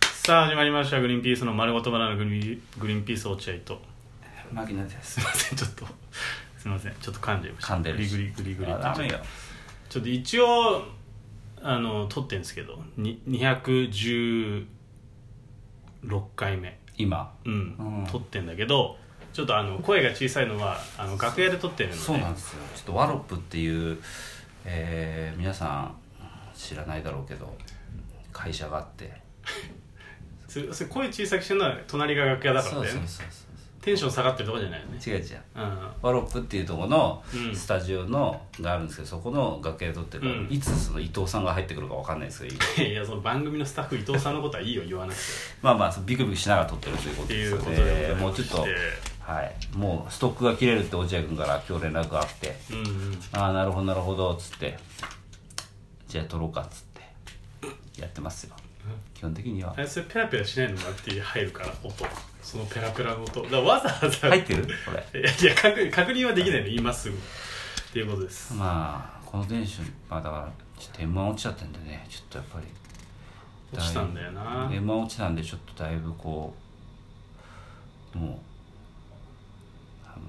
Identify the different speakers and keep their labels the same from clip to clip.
Speaker 1: さあ始まりました「グリーンピースの丸ごとバナナグリグリーンピース落合」と
Speaker 2: 牧野で
Speaker 1: す
Speaker 2: す
Speaker 1: いませんちょっとすいませんちょっと噛んじゃいました
Speaker 2: 噛んでるし
Speaker 1: グリグリグリグリって
Speaker 2: ダメよ
Speaker 1: ちょっと一応あの撮ってんですけどに216回目
Speaker 2: 今
Speaker 1: うん、
Speaker 2: うん
Speaker 1: 撮ってんだけどちょっとあの声が小さいのはあの楽屋で撮ってるので
Speaker 2: そうなんですよちょっとワロップっていう、えー皆さん知らないだろうけど会社があって
Speaker 1: それそれ声小さくしてるのは隣が楽屋だから
Speaker 2: そう
Speaker 1: ね
Speaker 2: そうそうそ
Speaker 1: テンション下がってるとかじゃないよね
Speaker 2: う違う違う
Speaker 1: うん
Speaker 2: ワロップっていうところの
Speaker 1: うん
Speaker 2: スタジオのがあるんですけど、そこの楽屋で撮ってるから、
Speaker 1: うん
Speaker 2: いつその伊藤さんが入ってくるかわかんないですけど
Speaker 1: いやその番組のスタッフ伊藤さんのことはいいよ言わなくて
Speaker 2: まあまあそのビクビクしながら撮ってるというこ
Speaker 1: っ
Speaker 2: と
Speaker 1: て
Speaker 2: で
Speaker 1: い
Speaker 2: す
Speaker 1: う
Speaker 2: よ
Speaker 1: こと
Speaker 2: ね
Speaker 1: でござい
Speaker 2: も
Speaker 1: ま
Speaker 2: うちょっ
Speaker 1: して
Speaker 2: とはいもうストックが切れるって落合君から今日連絡があって
Speaker 1: うんうん
Speaker 2: ああなるほどなるほどっつってじゃあ撮ろうかっつってやってますよ基本的には
Speaker 1: あれそれペラペラしないのもらって入るから音そのペラペラの音だからわざわざ
Speaker 2: 入ってるこれ
Speaker 1: いやいや確確認はできないの今すぐっていうことです
Speaker 2: まあこのテンションまあだからちょっと m 1落ちちゃったんでねちょっとやっぱり
Speaker 1: 落ちたんだよな
Speaker 2: m 1落ちたんでちょっとだいぶこうもうあの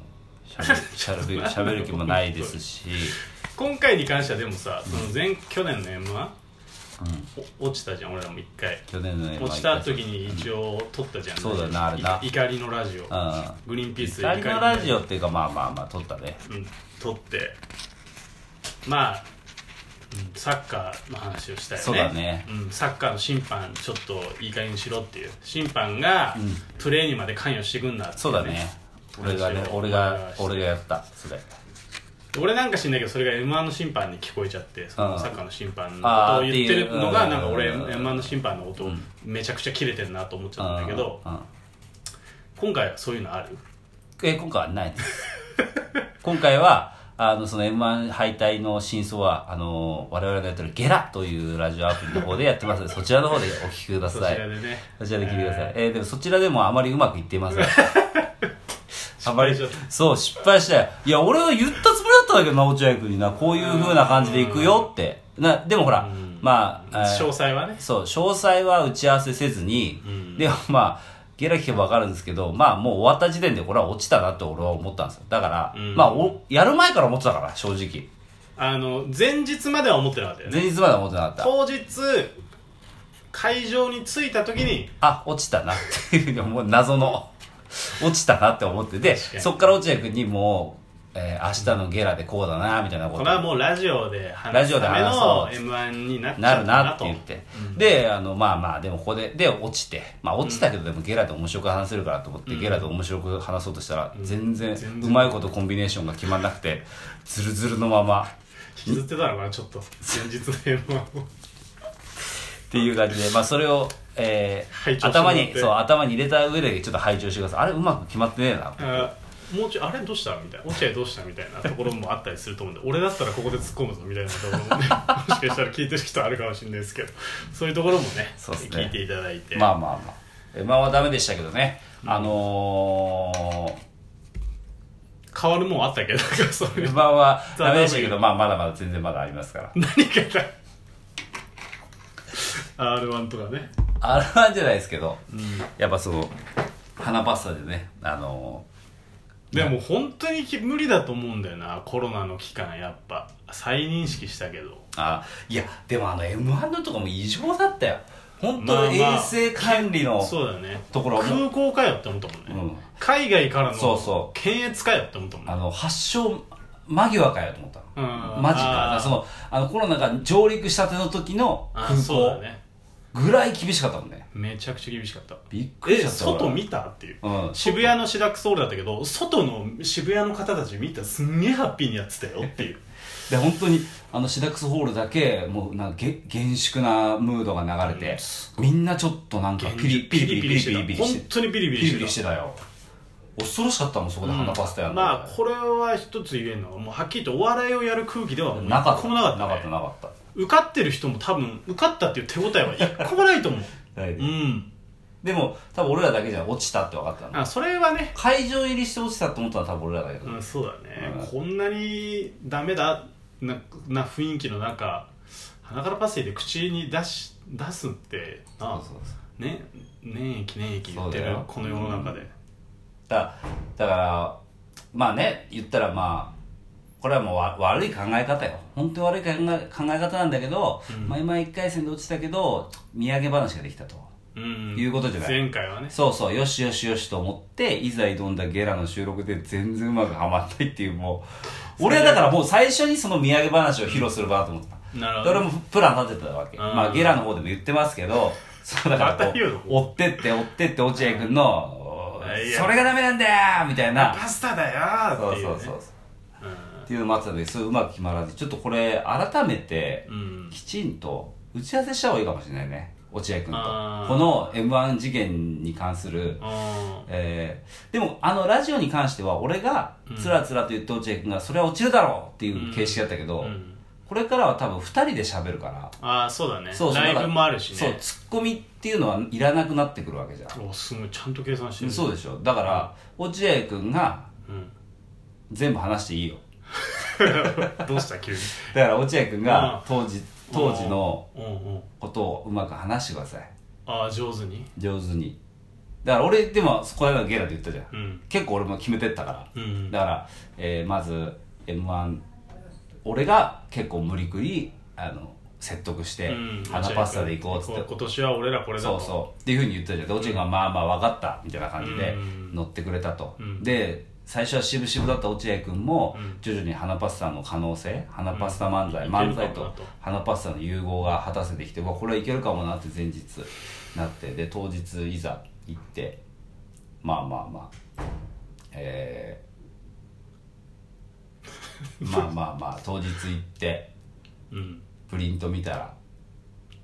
Speaker 2: しゃべしゃ べるしゃべる気もないですし、
Speaker 1: 今回に関してはでもさその前去年の m 1
Speaker 2: うん、
Speaker 1: 落ちたじゃん俺らも一回
Speaker 2: 去年の m
Speaker 1: 落ちた時に一応撮ったじゃん
Speaker 2: そうだなあれない
Speaker 1: 怒りのラジオ
Speaker 2: うん
Speaker 1: グリーンピース
Speaker 2: 二人のラジ
Speaker 1: オ
Speaker 2: オっていうかまあまあまあ撮ったね
Speaker 1: うん、撮ってまあうんサッカーの話をしたいね
Speaker 2: そうだね
Speaker 1: うん、サッカーの審判ちょっといい加減にしろっていう審判が
Speaker 2: ん
Speaker 1: プレーにまで関与してくんなってい
Speaker 2: そうだね俺がね
Speaker 1: 話を
Speaker 2: 俺が俺がやったそれ
Speaker 1: 俺なんか知んないけどそれが m 1の審判に聞こえちゃってそのサッカーの審判のこと
Speaker 2: あ
Speaker 1: を
Speaker 2: ー
Speaker 1: 言ってるの
Speaker 2: っ
Speaker 1: が
Speaker 2: ていう
Speaker 1: なんか俺
Speaker 2: うん
Speaker 1: m
Speaker 2: うん
Speaker 1: 1の審判のことをめちゃくちゃキレてるなと思っちゃったんだけど
Speaker 2: うんうん
Speaker 1: 今回はそういうのある
Speaker 2: え今回はないです 今回はあのその m 1敗退の真相はあの我々がやってる「ゲラ」というラジオアプリの方でやってますので そちらの方でお聞きくだ
Speaker 1: そ
Speaker 2: さ
Speaker 1: ちら
Speaker 2: い
Speaker 1: でね
Speaker 2: そちらで聞いてください、えーでもそちらでもあまりうまくいって いませんあま
Speaker 1: 敗
Speaker 2: り
Speaker 1: しちゃっ
Speaker 2: そう失敗したよいや俺は言ったつもりだったんだけどな落合君になこういうふうな感じでいくよってなでもほ
Speaker 1: う
Speaker 2: ら
Speaker 1: ん
Speaker 2: まあ、えー
Speaker 1: 詳細はね
Speaker 2: そう、詳細は打ち合わせせずに、
Speaker 1: うん
Speaker 2: でもまあ、ゲラ聞けばわかるんですけど、まあもう終わった時点でこれは落ちたなって俺は思ったんですよ。だから、
Speaker 1: うん
Speaker 2: まあお、やる前から思ってたから、正直。
Speaker 1: あの前日までは思ってなかったよね
Speaker 2: 前日までは思ってなかった。
Speaker 1: 当日会場に着いた時に
Speaker 2: あ、落ちたなっていうふうに思う、謎の、落ちたなって思って、で、
Speaker 1: 確かに
Speaker 2: そっから落合君にもう、えー明日のゲラでこうだな、みたいなこ。
Speaker 1: ことれはもうラジオで話
Speaker 2: ラ
Speaker 1: す
Speaker 2: ジオで
Speaker 1: ため
Speaker 2: 話
Speaker 1: の
Speaker 2: そう
Speaker 1: m 1になっち
Speaker 2: な
Speaker 1: ゃ
Speaker 2: る
Speaker 1: った
Speaker 2: な
Speaker 1: な
Speaker 2: って
Speaker 1: と
Speaker 2: 言って、であのまあまあでもここでで落ちてまあ落ちたけどでもゲラで面白く話せるからと思って、ゲラで面白く話そうとしたら、全然
Speaker 1: 全
Speaker 2: う
Speaker 1: 然
Speaker 2: まいことコンビネーションが決まらなくてズルズルのままっ
Speaker 1: 引きずってたのかなちょっと前日の m 1を
Speaker 2: ていう感じでまあそれを、えー
Speaker 1: 拝聴してもらっ
Speaker 2: 頭
Speaker 1: て
Speaker 2: にそう頭に入れた上でちょっと拝聴してくださいあれうまく決まってねえな
Speaker 1: あーもうちょいあれどうしたみたいな落合どうしたみたいなところもあったりすると思うんで俺だったらここで突っ込むぞみたいなところも ねもしかしたら聞いてる人あるかもしれないですけどそういうところもね
Speaker 2: そうっすね
Speaker 1: 聞いていただいて、
Speaker 2: まあまあまあえまあはダメでしたけどね、あの
Speaker 1: 変わるもんあったけどそうい
Speaker 2: ー、
Speaker 1: う
Speaker 2: 不満はダメでした けど、まあまだまだ全然まだありますから。
Speaker 1: 何かが r 1とかね
Speaker 2: あれはじゃないですけど、やっぱその花パスタでねあの
Speaker 1: でも本当にき無理だと思うんだよなコロナの期間やっぱ再認識したけど
Speaker 2: あいやでもあの m 1のとかも異常だったよ本当に
Speaker 1: まあまあ
Speaker 2: 衛生管理の、
Speaker 1: そうだよね
Speaker 2: ところはも
Speaker 1: 空港かよって思ったもんね、
Speaker 2: うん
Speaker 1: 海外からの
Speaker 2: そうそう
Speaker 1: 検閲かよって思ったもんね
Speaker 2: あの発症間際かよと思ったの、
Speaker 1: うん
Speaker 2: マジ
Speaker 1: あー
Speaker 2: かだからそのあのコロナが上陸したての時の
Speaker 1: あ
Speaker 2: 空
Speaker 1: そうだ
Speaker 2: 港
Speaker 1: ね
Speaker 2: ぐらい厳しかったもんね
Speaker 1: めちゃくちゃ厳しかった
Speaker 2: びっくりし
Speaker 1: え
Speaker 2: ちゃった俺
Speaker 1: 外見たっていう、
Speaker 2: うん
Speaker 1: 渋谷のシダックソウルだったけど外の渋谷の方たち見たすんげえハッピーにやってたよっていう
Speaker 2: で本当にあのシダックスホールだけもうなんかげ厳粛なムードが流れて、みんなちょっとなんかピリピリピリピリピリピリ
Speaker 1: 本当にピリピリ
Speaker 2: ピ
Speaker 1: して
Speaker 2: リ
Speaker 1: た
Speaker 2: ピリしてたよ恐ろしかったもんそこで花パスタやるの
Speaker 1: まあこれは一つ言えるのはもうはっきりとお笑いをやる空気ではもう
Speaker 2: なか
Speaker 1: 一
Speaker 2: っ
Speaker 1: 個
Speaker 2: た
Speaker 1: もなかった、ね、
Speaker 2: なかったなかった
Speaker 1: 受かってる人も多分受かったっていう手応えは一個もないと 思う
Speaker 2: ないで
Speaker 1: うん
Speaker 2: でも多分俺らだけじゃ落ちたって分かったの
Speaker 1: あそれはね、
Speaker 2: 会場入りして落ちたと思ったのは多分俺らだけど、
Speaker 1: うん、そうだね、
Speaker 2: うん
Speaker 1: こんなにダメだなな雰囲気の中鼻からパセリで口に出し出すってな
Speaker 2: そうそうそう
Speaker 1: ね粘液粘液言って
Speaker 2: そうだ
Speaker 1: る
Speaker 2: よ
Speaker 1: この世の中で
Speaker 2: だだからまあね言ったらまあこれはもうわ悪い考え方よ本当に悪い考え考え方なんだけど、
Speaker 1: うん
Speaker 2: まあ、今1回戦で落ちたけど土産話ができたと
Speaker 1: うん
Speaker 2: いうことじゃない
Speaker 1: 前回はね
Speaker 2: そうそうよしよしよしと思っていざ挑んだゲラの収録で全然うまくはまんないっていうもう俺はだからもう最初にその土産話を披露する場だと思った
Speaker 1: なるほ
Speaker 2: で
Speaker 1: ど
Speaker 2: 俺もプラン立ててたわけ、
Speaker 1: うん
Speaker 2: まあゲラの方でも言ってますけどそうだからこ
Speaker 1: また言うの
Speaker 2: う追ってって追ってって落合君の
Speaker 1: うんい
Speaker 2: 「
Speaker 1: や
Speaker 2: それがダメなんだよ!」みたいな
Speaker 1: パスタだよ
Speaker 2: そ
Speaker 1: ーっ
Speaker 2: う
Speaker 1: ていう、ね、
Speaker 2: そうそう
Speaker 1: う
Speaker 2: っていうのもあったのでそれうまく決まらずちょっとこれ改めて
Speaker 1: ん、うん、
Speaker 2: きちんと打ち合わせした方がいいかもしれないね落合君と
Speaker 1: あー
Speaker 2: この m 1事件に関する
Speaker 1: あ
Speaker 2: えーでもあのラジオに関しては俺がつらつらと言って落合君が「それは落ちるだろう!」っていう形式だったけ
Speaker 1: ー
Speaker 2: ど、
Speaker 1: うん
Speaker 2: これからは多分2人で喋るから
Speaker 1: あーそうだね
Speaker 2: そうそう
Speaker 1: ライブもあるしね
Speaker 2: そうツッコミっていうのはいらなくなってくるわけじゃん、
Speaker 1: おすごいちゃんと計算してる
Speaker 2: そうでしょだから落合君が
Speaker 1: うん、
Speaker 2: 全部話していいよ
Speaker 1: どうした急に
Speaker 2: だから落合君
Speaker 1: うん
Speaker 2: が当時当時の
Speaker 1: うんうん
Speaker 2: ことをうまく話してください
Speaker 1: ああ上手に
Speaker 2: 上手にだから俺でもこの間ゲラで言ったじゃん
Speaker 1: うん
Speaker 2: 結構俺も決めてったから
Speaker 1: うん
Speaker 2: だから、えーまず m 1俺が結構無理くりあの説得して、
Speaker 1: うん
Speaker 2: 花パスタで行こうっつっ
Speaker 1: 行
Speaker 2: て
Speaker 1: こ今年は俺らこれだ
Speaker 2: そ
Speaker 1: と
Speaker 2: うそうっていうふうに言ったじゃんで落合君が「まあまあ分かった」みたいな感じで
Speaker 1: うん
Speaker 2: 乗ってくれたと、
Speaker 1: うん
Speaker 2: で最初は渋々だった落合君も
Speaker 1: うん
Speaker 2: 徐々に花パスタの可能性花パスタ漫才、
Speaker 1: うんい
Speaker 2: 漫
Speaker 1: ける
Speaker 2: 才
Speaker 1: かもな
Speaker 2: と
Speaker 1: と
Speaker 2: 花パスタの融合が果たせてきてうわこれはいけるかもなって前日なってで当日いざ行ってまあまあまあえ ーまあまあまあ当日行って
Speaker 1: う、ん、
Speaker 2: プリント見たら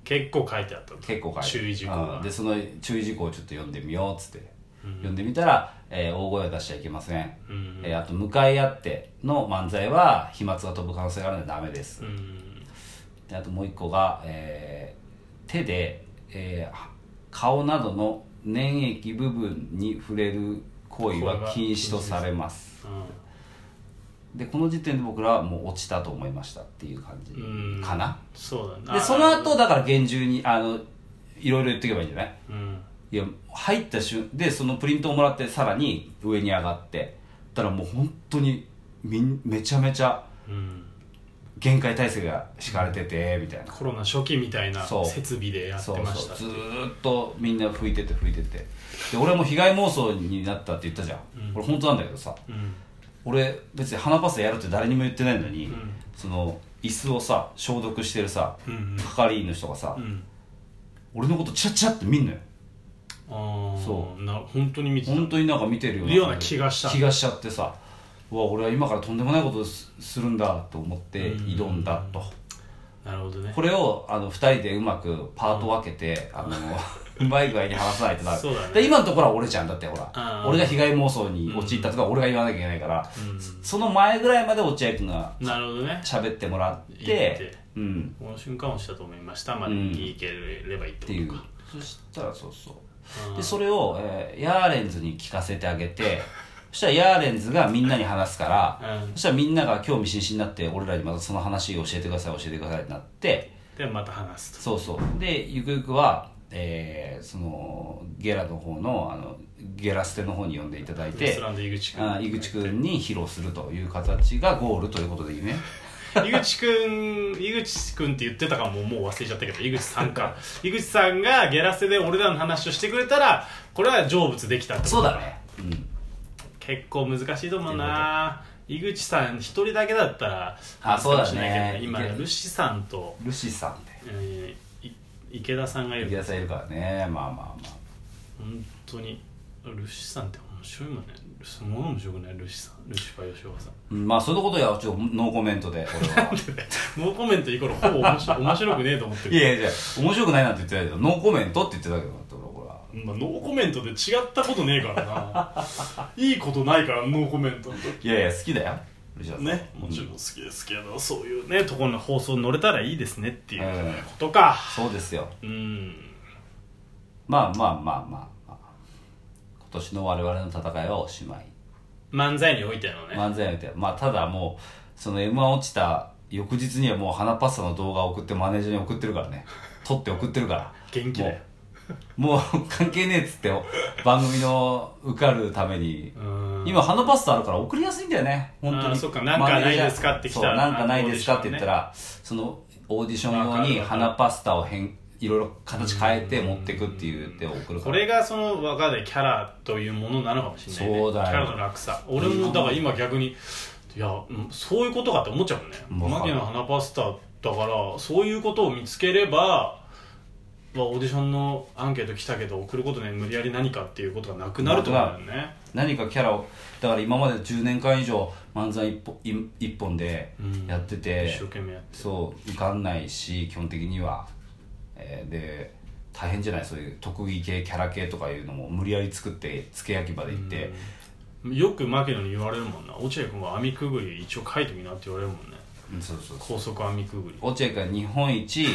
Speaker 1: 結構書いてあったと
Speaker 2: 結構書いて
Speaker 1: 注意事項
Speaker 2: う
Speaker 1: が
Speaker 2: んでその注意事項をちょっと読んでみようっつって、読んでみたら、えー大声は出しちゃいけません、
Speaker 1: うん
Speaker 2: えーあと向かい合っての漫才は飛沫が飛ぶ可能性があるのでダメです、
Speaker 1: うん
Speaker 2: であともう一個が、えー手で、えーは顔などの粘液部分に触れる行為は禁止とされますでこの時点で僕らはもう落ちたと思いましたっていう感じ
Speaker 1: うん
Speaker 2: かな、
Speaker 1: そうだな
Speaker 2: でその後だから厳重にあのいろいろ言っていけばいいんじゃない
Speaker 1: うん
Speaker 2: いや入った瞬でそのプリントをもらってさらに上に上がってたらもう本当にみんめちゃめちゃ
Speaker 1: うん
Speaker 2: 限界態勢が敷かれててみたいな
Speaker 1: コロナ初期みたいな
Speaker 2: そう
Speaker 1: 設備でやって
Speaker 2: そう
Speaker 1: ま
Speaker 2: そ
Speaker 1: した
Speaker 2: う
Speaker 1: って
Speaker 2: ず
Speaker 1: いう
Speaker 2: ーっとみんな拭いてて拭いててで俺も被害妄想になったって言ったじゃん、俺本当なんだけどさ
Speaker 1: うん
Speaker 2: 俺別に鼻パスやるって誰にも言ってないのに、
Speaker 1: ん
Speaker 2: その椅子をさ消毒してるさ
Speaker 1: うん
Speaker 2: 係員の人がさ、
Speaker 1: うんうん
Speaker 2: 俺のことチラッチラって見んのよ
Speaker 1: ああ
Speaker 2: そ
Speaker 1: な本当に見てた
Speaker 2: 本当になんか見てるよ
Speaker 1: ような気がした
Speaker 2: 気がしちゃってさうわ俺は今からとんでもないことをすするんだと思って
Speaker 1: うん
Speaker 2: 挑んだと
Speaker 1: なるほどね
Speaker 2: これをあの2人でうまくパート分け て、あのうまい具合に話さないとなる
Speaker 1: そうだね
Speaker 2: で今のところは俺じゃんだってほ
Speaker 1: あ
Speaker 2: ら
Speaker 1: ー
Speaker 2: 俺が被害妄想に陥ったとか俺が言わなきゃいけないから、
Speaker 1: うん
Speaker 2: その前ぐらいまで落合君が
Speaker 1: なるほどね
Speaker 2: 喋ってもらっ
Speaker 1: 言
Speaker 2: て
Speaker 1: って
Speaker 2: うん、
Speaker 1: この瞬間をしたと思いましたまで
Speaker 2: うん
Speaker 1: いければいいって
Speaker 2: っていう
Speaker 1: ことか
Speaker 2: そしたらそうそう
Speaker 1: あー
Speaker 2: でそれを、えーヤーレンズに聞かせてあげてそしたらヤーレンズがみんなに話すから、
Speaker 1: うん
Speaker 2: そしたらみんなが興味津々になって俺らにまたその話教えてください教えてくださいってなって
Speaker 1: でまた話す
Speaker 2: そうそうでゆくゆくは、えーそのゲラの方のあのゲラステの方に呼んでいただい
Speaker 1: とウエス
Speaker 2: て
Speaker 1: トランド井口君
Speaker 2: あー井口くんに披露するという形がゴールということでいいね
Speaker 1: 井口くん、井口くんって言ってたかも、もう忘れちゃったけど、井口さん か。井口さんがゲラセで俺らの話をしてくれたら、これは成仏できたってこと
Speaker 2: そうだねうん
Speaker 1: 結構難しいと思うな井口さん一人だけだったら、
Speaker 2: あそうだ
Speaker 1: か
Speaker 2: ね
Speaker 1: もしれないけど今
Speaker 2: いけ、る
Speaker 1: ルシさんと、
Speaker 2: ルシさんで
Speaker 1: えーい池田さんがい
Speaker 2: 池
Speaker 1: る。
Speaker 2: 田さんいるからねまあまあまあ
Speaker 1: 本当に、ルシさんって面白いもんね。すごい面白くないルシさん。ルシファー吉岡さん。
Speaker 2: うんまあそういうことやちょっとノーコメントで俺 は
Speaker 1: ノーコメントイコールほぼ面白面白くねえと思ってる。
Speaker 2: いやいや、面白くないなんて言ってないけど、ノーコメントって言ってたけど、だって俺ほら。
Speaker 1: まあ、ノーコメントで違ったことねえからないいことないからノーコメントの時
Speaker 2: いやいや、好きだよ。藤田さん
Speaker 1: ねもちろん好きですけど、そういうねところの放送に乗れたらいいですねっていう
Speaker 2: うん
Speaker 1: ことか
Speaker 2: そうですよ。
Speaker 1: うん
Speaker 2: まあまあまあまあ、まあ、今年の我々の戦いはおしまい。
Speaker 1: 漫才においてのね、
Speaker 2: 漫才みたいな。まあただもう、その M1 落ちた翌日 にはもう花パスタの動画を送ってマネージャーに送ってるからね。撮って送ってるから。
Speaker 1: 元気だよ
Speaker 2: ももう関係ねえっつって番組の受かるために
Speaker 1: うん
Speaker 2: 今ハンドパスタあるから送りやすいんだよね本当
Speaker 1: あー
Speaker 2: に
Speaker 1: そっかなんかないですかって来たら
Speaker 2: そうなんかないですかって言ったらそのオーディション用に花パスタを変いろいろ形変えて持ってくって言って送るか
Speaker 1: こ
Speaker 2: ら
Speaker 1: れがそのわかんないキャラというものなのかもしれない、ね、
Speaker 2: そうだよ
Speaker 1: キャラの落差俺もだから今逆にいやうんそういうことかって思っちゃうもんね
Speaker 2: もう
Speaker 1: マギの花パスタだからそういうことを見つければまあオーディションのアンケート来たけど送ることで無理やり何かっていうことがなくなると思うんだよね
Speaker 2: 何かキャラをだから今まで10年間以上漫才一本一一本で
Speaker 1: うん
Speaker 2: やって
Speaker 1: 一
Speaker 2: て
Speaker 1: 生、懸命やって
Speaker 2: そう受かんないし基本的には、えーで大変じゃないそういう特技系キャラ系とかいうのも無理やり作って付け焼き場で行って、
Speaker 1: よく牧野に言われるもんな落合君は網くぐり一応書いてみなって言われるもんね
Speaker 2: うんそうそうそう
Speaker 1: 高速網くぐり
Speaker 2: 落合君日本一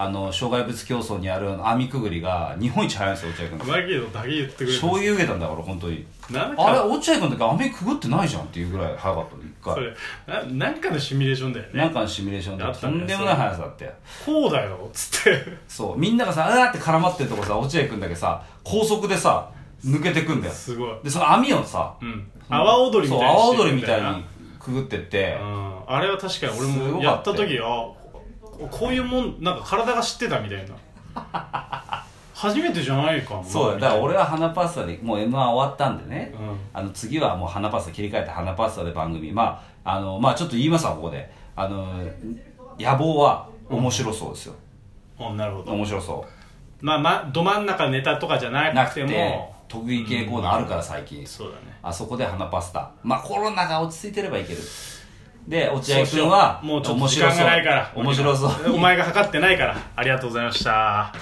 Speaker 2: あの障害物競争にあるあの網くぐりが日本一早いんですよ落合君
Speaker 1: 牧野だけ言ってくれる
Speaker 2: 醤油受けたんだから本当に
Speaker 1: なんか
Speaker 2: あれ落合君だけ網くぐってないじゃんっていうぐらい早かったの一
Speaker 1: そ
Speaker 2: 回
Speaker 1: れななんかのシミュレーションだよね
Speaker 2: なんかのシミュレーションで
Speaker 1: あった
Speaker 2: と
Speaker 1: んだよ
Speaker 2: んでもない速さだって
Speaker 1: こうだよっつって
Speaker 2: そうみんながさあーって絡まってるとこさ落合君だけさ高速でさ抜けてくんだよ
Speaker 1: すごい、
Speaker 2: でその網をさ
Speaker 1: うん、阿波踊りみたいに
Speaker 2: そう阿波
Speaker 1: して
Speaker 2: 踊
Speaker 1: る
Speaker 2: り
Speaker 1: ん
Speaker 2: み
Speaker 1: だ
Speaker 2: た
Speaker 1: よない
Speaker 2: にくぐってって
Speaker 1: うんあれは確かに俺
Speaker 2: す
Speaker 1: も
Speaker 2: ご
Speaker 1: や
Speaker 2: か
Speaker 1: っ
Speaker 2: った
Speaker 1: た
Speaker 2: よ
Speaker 1: 時あここういうもんなんか体が知ってたみたいな初めてじゃないかもな
Speaker 2: そうだよだから俺は花パスタでもう m 1終わったんでね、
Speaker 1: うん
Speaker 2: あの次はもう花パスタ切り替えて花パスタで番組まああのまあちょっと言いますわここであの野望は面白そうですよ、
Speaker 1: うんなるほど
Speaker 2: 面白そ
Speaker 1: まあまあど真ん中ネタとかじゃ
Speaker 2: うな
Speaker 1: な
Speaker 2: く
Speaker 1: く
Speaker 2: て
Speaker 1: ても
Speaker 2: 特技系コーナーあるから最近、
Speaker 1: そうだね
Speaker 2: あそこで花パスタまあコロナが落ち着いてればいけるで落
Speaker 1: そ
Speaker 2: 合
Speaker 1: うしよ
Speaker 2: 君
Speaker 1: う
Speaker 2: は
Speaker 1: もうちょっと
Speaker 2: 面
Speaker 1: 時
Speaker 2: 白
Speaker 1: 間
Speaker 2: そう
Speaker 1: がないから
Speaker 2: 面白そう
Speaker 1: お前が測ってないからありがとうございました